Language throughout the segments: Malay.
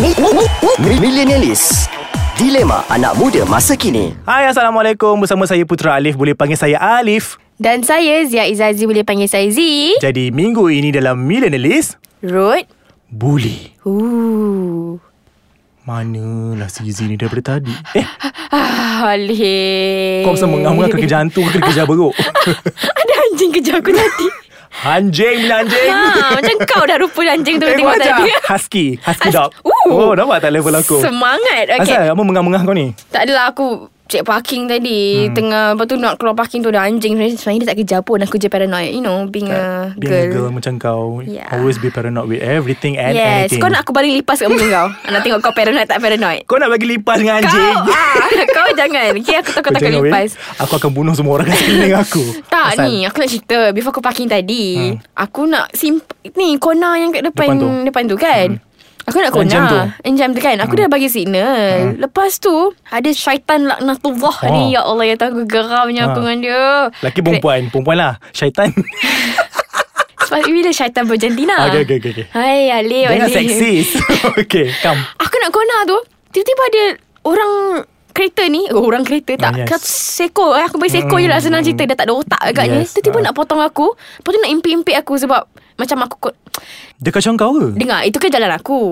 Mi- mi- mi- Millenialis Dilema anak muda masa kini Hai Assalamualaikum Bersama saya Putra Alif Boleh panggil saya Alif Dan saya Zia Izazi boleh panggil saya Z. Jadi minggu ini dalam Millennialist Road. Bully Ooh. Manalah si Z ni daripada tadi Eh Ah, Alif. kau pasal mengamuk kerja hantu ke kerja beruk Ada anjing kejar aku tadi. Anjing bila anjing ha, macam kau dah rupa anjing tu Eh tengok wajar tadi. Husky Husky As- dog Ooh. Oh nampak tak level aku Semangat. Okay. Asal apa mengah-mengah kau ni Tak adalah aku cek parking tadi hmm. Tengah Lepas tu nak keluar parking tu Dah anjing Sebenarnya sebenarnya dia tak kerja pun Aku je paranoid You know Being a Being Uh, girl, a girl macam kau Yeah. Always be paranoid with everything and Yes anything Kau nak aku baling lipas kat muka kau Nak tengok kau paranoid tak paranoid Kau nak bagi lipas dengan Kau anjing ah, Kau jangan Okay aku takut Kau takut jangan, lipas weh. Aku akan bunuh semua orang kat sekeliling aku Tak Asal? Ha. Asal? ni Aku nak cerita Before aku parking tadi hmm. Aku nak simp Ni corner yang kat depan Depan tu. Depan tu kan hmm. Aku nak corner Enjam tu. Enjam tu kan Aku hmm. dah bagi signal hmm. Lepas tu Ada syaitan laknatullah Oh. oh. ni Ya Allah ya Tuhan Aku geramnya Ha. aku dengan dia Laki perempuan Perempuan lah Syaitan Sebab bila syaitan berjantina Okay, okay, okay, okay. Hai Alif Jangan Alif. seksis Okay come Aku nak corner tu Tiba-tiba ada Orang kereta ni oh, Orang kereta tak Ah, yes. Hmm. yes. Kat seko eh, Aku bagi seko je lah Senang cerita Dah tak ada otak agaknya Yes, yes. Tiba-tiba ah. nak potong aku Lepas tu nak impit-impit aku Sebab Macam aku kot Dia kacau kau ke? Dengar itu kan jalan aku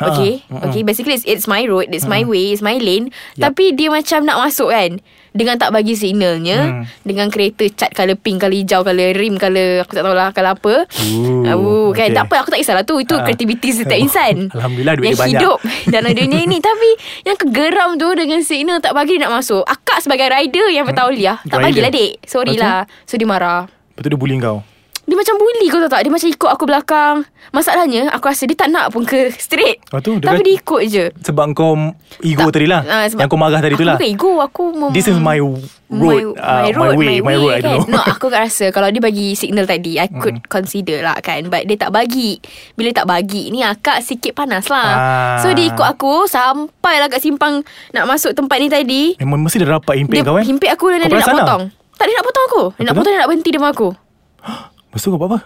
Ah, Okay mm-mm. Okay basically it's, it's my road It's my way It's my lane Tapi dia macam nak masuk kan Dengan tak bagi signalnya Hmm. Dengan kereta cat Color pink Color hijau Color rim Color aku tak tahulah Color apa Ooh, Ah, ooh, kan okay. Tak apa aku tak kisahlah tu Itu Ah. kreativiti setiap insan Alhamdulillah duit Yang dia banyak. hidup dalam dunia ini Tapi Yang kegeram tu Dengan signal tak bagi dia nak masuk Akak sebagai rider Yang bertauliah Tak Hmm. Rider. bagilah dek Sorry Lepas tu? lah So dia marah Lepas tu dia bully kau dia macam bully kau tahu tak Dia macam ikut aku belakang Masalahnya Aku rasa dia tak nak pun ke straight Ah, tu, dia Tapi kan- dia ikut je Sebab kau Ego Tak, tadi lah ah, sebab Yang kau marah tadi tu lah Aku bukan ego Aku mem- This is my road Ah, My way My road I kan? don't know Mm. No aku kat rasa Kalau dia bagi signal tadi I could consider lah kan But dia tak bagi Bila tak bagi Ni akak sikit panas lah Ah. So dia ikut aku Sampailah kat simpang Nak masuk tempat ni tadi Memang Eh, mesti dia rapat impit Dia kau eh himpit aku Kau Dan dia nak perasan tak? potong Tak dia nak potong aku Dia nak Betul? potong Dia nak berhenti dengan aku Lepas tu kau buat apa?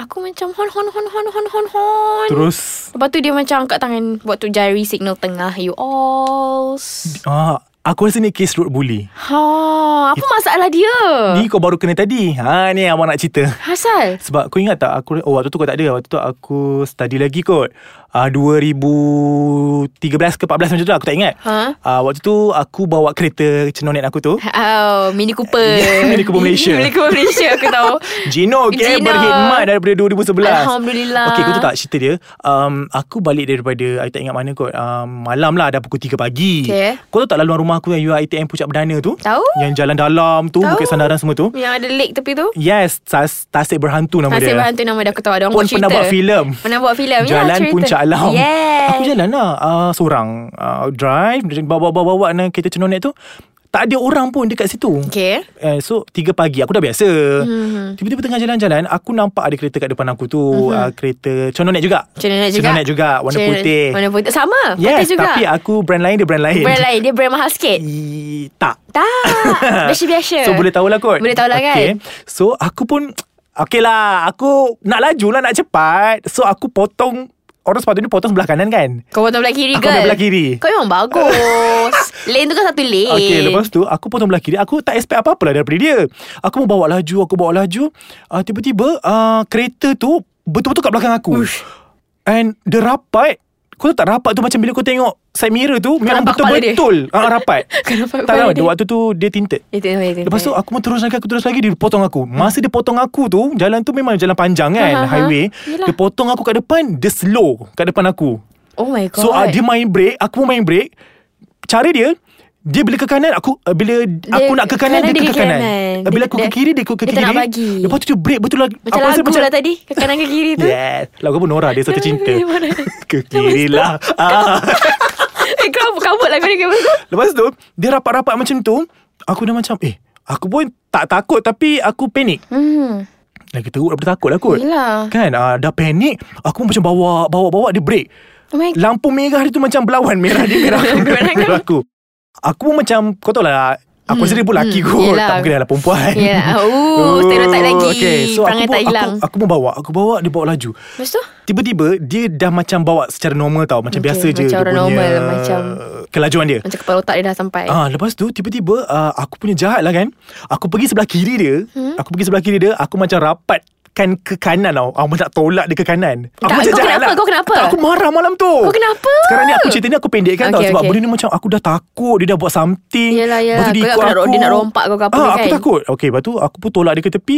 Aku macam hon hon hon hon hon hon hon Terus Lepas tu dia macam angkat tangan Buat tu jari signal tengah You all ah, Aku rasa ni case road bully Ha Apa masalah dia Ni kau baru kena tadi ha, Ni abang nak cerita Asal Sebab kau ingat tak aku oh waktu tu kau tak ada waktu tu aku study lagi kot. Ah uh, 2013 ke 14 macam tu lah, aku tak ingat. Ha? Ah waktu tu aku bawa kereta cenonet aku tu. Oh Mini Cooper Mini Cooper Malaysia. Mini Cooper Malaysia aku tahu Gino okay, Gino. berkhidmat daripada 2011 Alhamdulillah. Okay kau tahu tak cerita dia um, Aku balik daripada Aku tak ingat mana kot um, Malam lah dah pukul 3 pagi Okay. Kau tahu tak laluan rumah aku Yang UITM Pucat Perdana tu Tahu. Yang jalan dalam tu Tahu. Bukit Sandaran semua tu Yang ada lake tepi tu Yes tas, Tasik Berhantu nama Nasib dia berhantu nama dia aku tahu Ada orang Pun buat cerita pernah buat filem. Pernah buat filem Ya, Jalan cerita. Puncak Alam Yes Aku jalan lah uh, Seorang uh, Drive Bawa-bawa-bawa nak kereta cenonet tu Tak ada orang pun dekat situ Okay Mm-hmm. Eh, so 3 pagi Aku dah biasa Tiba-tiba tengah jalan-jalan Aku nampak ada kereta kat depan aku tu uh, Kereta Cenonet juga Cenonet Mm-hmm. juga Cenonet juga Warna Cenonet- putih Warna putih Sama Yes Putih juga Tapi ah, aku brand lain Dia brand lain Brand lain Dia brand mahal sikit I, Tak Tak Biasa-biasa So boleh tahulah kot Boleh tahulah kan okay. So aku pun Okay lah Aku nak laju lah Nak cepat So aku potong Orang sepatutnya potong sebelah kanan kan Kau potong belah kiri Aku girl ambil belah kiri. Kau memang bagus Lane tu kan satu lane Okay lepas tu Aku potong belah kiri Aku tak expect apa-apa lah Daripada dia Aku mau bawa laju Aku bawa laju uh, Tiba-tiba uh, Kereta tu Betul-betul kat belakang aku Ush. And Dia rapat kau tahu tak rapat tu macam bila kau tengok side mirror tu memang nampak kepala dia. betul-betul ah rapat. Kau nampak tak kepala tahu dia. waktu tu dia tinted. Itu, itu, itu, Lepas tu aku pun terus lagi Aku terus lagi Dia potong aku Masa dia potong aku tu Jalan tu memang jalan panjang kan Ha, ha, ha. Highway Yelah. Dia potong aku kat depan Dia slow Kat depan aku Oh my god So uh, dia main break Aku pun main break Cara dia dia bila ke kanan aku uh, bila aku nak ke kanan dia, ke, kanan. Uh, Bila aku ke Dia- kiri dia ke, ke kiri. dia tak nak bagi. Lepas tu dia break betul lah. Macam lagu macam... lah tadi Ke kanan ke kiri tu Yes. Lagu apa Nora dia satu cinta. Mana? ke kiri lah. Ah. Eh kau kabut lagu dia kabut Lepas tu dia rapat-rapat macam tu, aku dah macam eh aku pun tak takut tapi aku panik. Hmm Lagi teruk daripada takut lah kot Yelah. Kan uh, Dah panik Aku pun macam bawa Bawa bawa dia break Oh my god Lampu merah dia tu macam berlawan Merah dia merah aku Merah, merah aku Aku pun macam Kau tahu lah Aku rasa dia pun lelaki hmm, kot yelah. Tak mungkin adalah perempuan Yelah. Oh, stereotype lagi. Perangai aku, tak bawa- hilang. aku, aku pun bawa Aku bawa dia bawa laju Lepas tu? Tiba-tiba Dia dah macam bawa secara normal tau Macam Okay, biasa je macam dia orang punya normal, macam- Kelajuan dia Macam kepala otak dia dah sampai Ah, lepas tu tiba-tiba uh, aku punya jahat lah kan. Aku pergi sebelah kiri dia. Hmm? Aku pergi sebelah kiri dia, aku macam rapat kan ke kanan tau Aku macam nak tolak dia ke kanan Aku Tak, macam kau jahat lah. kenapa? Kau kenapa? Tak, aku marah malam tu Kau kenapa? Sekarang ni aku cerita ni aku pendekkan tau Okay, Sebab okay. benda ni macam aku dah takut Dia dah buat something Yelah, yelah. Lepas tu dia Kau ikut ingat aku dia nak rompak kau ke apa ah, kan? Aku takut Okay, lepas tu aku pun tolak dia ke tepi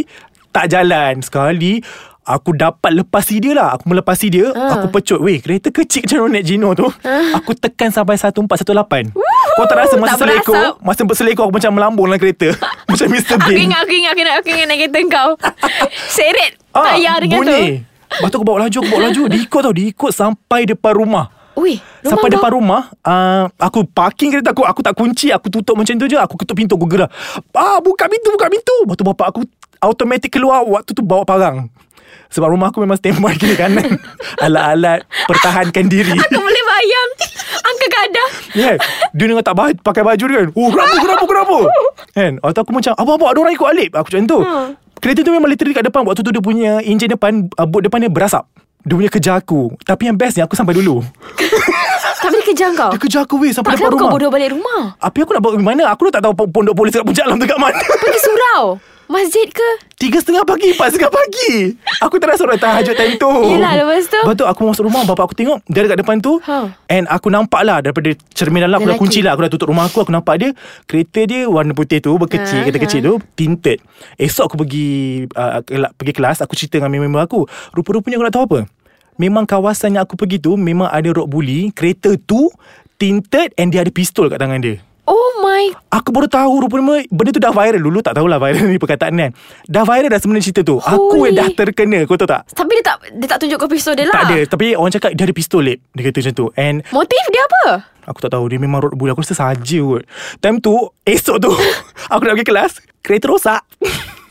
Tak jalan Sekali Aku dapat lepasi dia lah Aku melepasi dia Ah. Aku pecut Weh kereta kecil macam mana naik Gino tu Aku tekan sampai 1418 Kau tak rasa masa Tak selekor berasap. Masa berselekor aku macam melambung dalam kereta Macam Mr. Aku Bean ingat, aku ingat, aku ingat, aku ingat naik kereta kau Seret Ah, Tayar dengan tu bunyi. Lepas tu aku bawa laju Aku bawa laju Diikut tau Diikut sampai depan rumah Ui, rumah Sampai kau- depan rumah uh, Aku parking kereta aku Aku tak kunci Aku tutup macam tu je Aku ketuk pintu Aku gerak ah, Buka pintu Buka pintu Lepas tu bapak aku Automatic keluar Waktu tu bawa parang Sebab rumah aku memang standby kiri kanan Alat-alat Pertahankan diri Aku boleh bayang Angka gadah Yeah. Dia dengan tak baju, pakai baju dia kan Oh kenapa kenapa kenapa Kan Atau aku macam Abang-abang ada orang ikut Alip Aku macam tu Hmm. Kereta tu memang literally kat depan Waktu tu dia punya Enjin depan uh, Bot depan dia berasap Dia punya kejar aku Tapi yang bestnya Aku sampai dulu Tapi dia kejar kau Dia kejar aku weh Sampai Tak depan kenapa rumah kau bodoh balik rumah Tapi aku nak bawa pergi mana Aku dah tak tahu pon- Pondok polis kat Puncak Alam tu kat mana Pergi surau Masjid ke Tiga setengah pagi Empat setengah pagi Aku tak rasa orang tahajud time tu Yelah, lepas tu? Lepas tu aku masuk rumah Bapak aku tengok Dia dekat depan tu Ha. And aku nampak lah Daripada cermin dalam Aku dah Lelaki. kunci lah Aku dah tutup rumah aku Aku nampak dia Kereta dia warna putih tu Berkecil Ha, Kereta ha. kecil tu Tinted Esok aku pergi uh, kela- Pergi kelas Aku cerita dengan member aku Rupa-rupanya aku nak tahu apa Memang kawasan yang aku pergi tu Memang ada road bully Kereta tu Tinted And dia ada pistol kat tangan dia Oh my Aku baru tahu rupanya Benda tu dah viral Dulu tak tahulah viral ni perkataan ni kan Dah viral dah sebenarnya cerita tu Aku Holy. yang dah terkena Kau tahu tak? Tapi dia tak Dia tak tunjuk kau pistol dia lah Tak ada Tapi orang cakap Dia ada pistol lip Dia kata macam tu And Motif dia apa Aku tak tahu Dia memang road bully Aku rasa saja kot Time tu Esok tu Aku nak pergi kelas Kereta rosak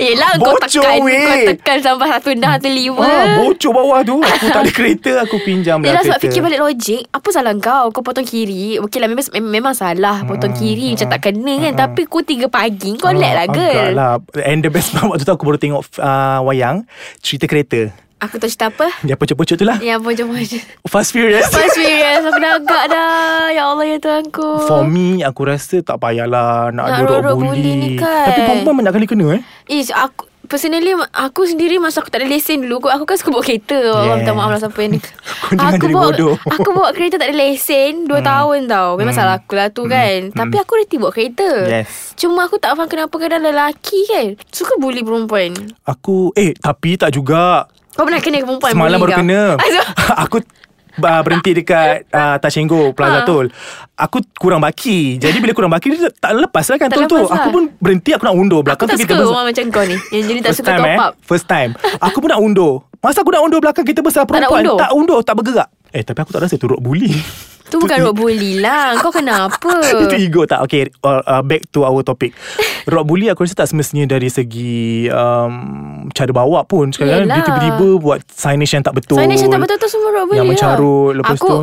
Yelah kau Bocor, tekan weh. Kau tekan sampai satu enam Satu lima ah, Bocor bawah tu Aku tak ada kereta Aku pinjam lah Yelah sebab kereta. fikir balik logik Apa salah kau Kau potong kiri Okay lah memang, mem- memang salah Ah, Potong kiri Macam tak kena kan Tapi kau tiga pagi Kau lag lah Agak girl lah And the best part Waktu tu aku baru tengok uh, Wayang Cerita kereta Aku tak cerita apa Yang pecut-pecut tu lah Ya bocor-bocor Fast Furious Fast Furious Aku dah agak dah Ya Allah ya Tuhanku For me Aku rasa tak payahlah Nak, Nak ada rorak orang bully bully ni kan. Tapi perempuan banyak kali kena eh Ish, aku Personally Aku sendiri Masa aku tak ada lesen dulu kot, Aku kan suka bawa kereta Allah minta maaf lah Siapa yang jangan jadi bawa, bodoh. Hmm. Aku bawa kereta tak ada lesen 2 tahun tau Memang salah aku lah tu kan Tapi aku reti bawa kereta Yes. Cuma aku tak faham Kenapa kadang lelaki kan Suka bully perempuan Aku Eh tapi tak juga Kau pernah kena perempuan Semalam bully baru kau? kena Ah, so- Aku uh, berhenti dekat uh, Tashengo Plaza Ha. Tol Aku kurang baki Jadi bila kurang baki Dia tak lepas lah kan Tak tol tu lepas lah. Aku pun berhenti Aku nak undur Aku Belakang tak tu suka kita besar orang macam kau ni Yang jadi tak First suka time top up eh First time Aku pun nak undur Masa aku nak undur belakang Kita besar nak perempuan undur? Tak undur Tak bergerak Eh tapi aku tak rasa turut bully Tu bukan road bully lah Kau kenapa Itu ego tak Okay uh, uh, Back to our topic Rock bully aku rasa tak semestinya Dari segi um, Cara bawa pun Sekarang Yelah. dia tiba-tiba Buat signage yang tak betul Signage yang tak betul tu semua road bully Yang mencarut lah. Lepas aku, tu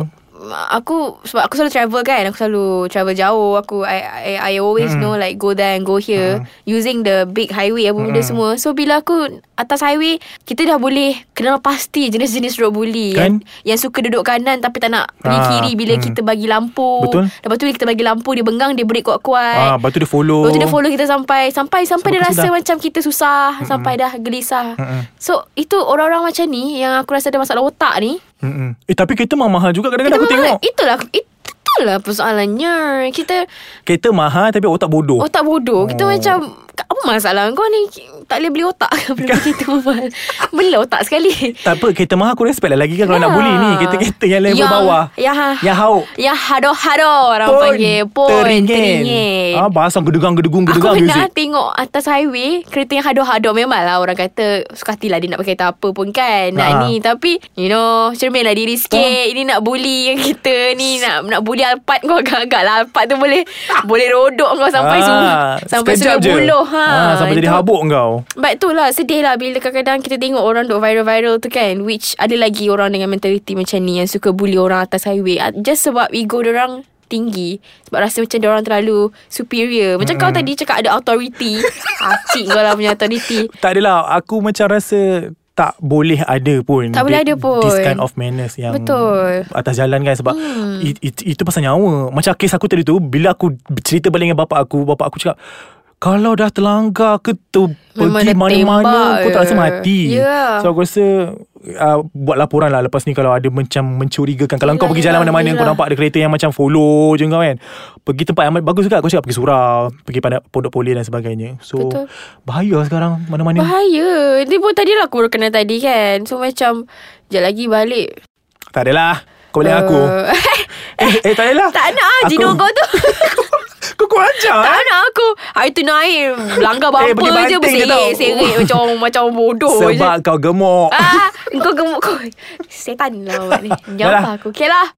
Aku Sebab aku selalu travel kan Aku selalu travel jauh Aku I I, I always Hmm. know like Go there and go here Using the big highway Apa Hmm. benda semua So bila aku Atas highway Kita dah boleh Kenal pasti Jenis-jenis road bully Kan? yang, yang suka duduk kanan Tapi tak nak pergi Ah, kiri Bila mm. kita bagi lampu Betul. Lepas tu bila kita bagi lampu Dia bengang Dia break ah, kuat-kuat Lepas tu dia follow Lepas tu dia follow kita sampai Sampai sampai Sampai dia ke rasa sedap. macam kita susah Sampai dah gelisah Mm-mm. So itu orang-orang macam ni Yang aku rasa ada masalah otak ni Mm-mm. Eh tapi kereta memang mahal juga Kadang-kadang aku Kita tengok memang- Itulah itu- Itulah persoalannya Kita Kereta mahal Tapi otak bodoh Otak bodoh Kita Oh. macam Apa masalah kau ni Tak boleh beli otak ke Beli kita mahal Bela otak sekali Tak apa Kereta mahal aku respect lah Lagi kan kalau Ya. nak bully ni Kereta-kereta yang level Yang- bawah yang- Yang hauk Ya hado-hado Orang panggil Pun Teringin, Ah, Bahasa Aku gedugang-gedugung-gedugang pernah music tengok atas highway Kereta yang hado-hado Memang lah orang kata Suka hatilah dia nak pakai kereta apa pun kan Nak Ha. ni Tapi you know Cerminlah diri sikit Ini nak bully yang kita Ni nak nak bully Alphard kau agak-agak lah Alphard tu boleh Boleh rodok kau sampai sungai Sampai sungai Ah, sekejap je. buluh ha. Ah, Sampai jadi Itu- habuk kau But tu lah sedih lah bila kadang-kadang kita tengok orang duk viral-viral tu kan Which ada lagi orang dengan mentaliti macam ni yang suka bully orang atas highway Ah, Just sebab ego orang tinggi Sebab rasa macam orang terlalu superior Macam kau tadi cakap ada authority Acik kau lah punya authority Tak adalah Aku macam rasa tak boleh ada pun Tak boleh thi- ada pun. This kind of manners yang Betul. Atas jalan kan Sebab hmm. it, it, Itu pasal nyawa Macam kes aku tadi tu Bila aku cerita balik dengan bapak aku Bapak aku cakap Kalau dah terlanggar ke tu Pergi Memang dah tembak mana-mana Kau tak rasa je." mati Ya. So aku rasa uh, Buat laporan lah Lepas ni kalau ada macam Mencurigakan Kalau Yelah, kau pergi jalan yelah, mana-mana Kau yelah. nampak ada kereta yang macam follow je kau kan Pergi tempat yang bagus juga Kau cakap pergi surau Pergi pada pondok polis dan sebagainya So Betul. Bahaya sekarang Mana-mana Bahaya Dia pun tadi lah aku baru kenal tadi kan So macam Sekejap lagi balik Tak adalah Kau boleh uh... aku Eh, eh tak adalah Tak nak ah Jido kau tu Kau kurang ajar Tak nak aku Hari tu naik Langgar Eh, bumper pergi je banting je tau. Berserik-serik Macam macam bodoh eh, je Sebab kau gemuk Ah, kau gemuk kau. Setan lah awak ni. Dah lah. Jawab aku. Okay lah.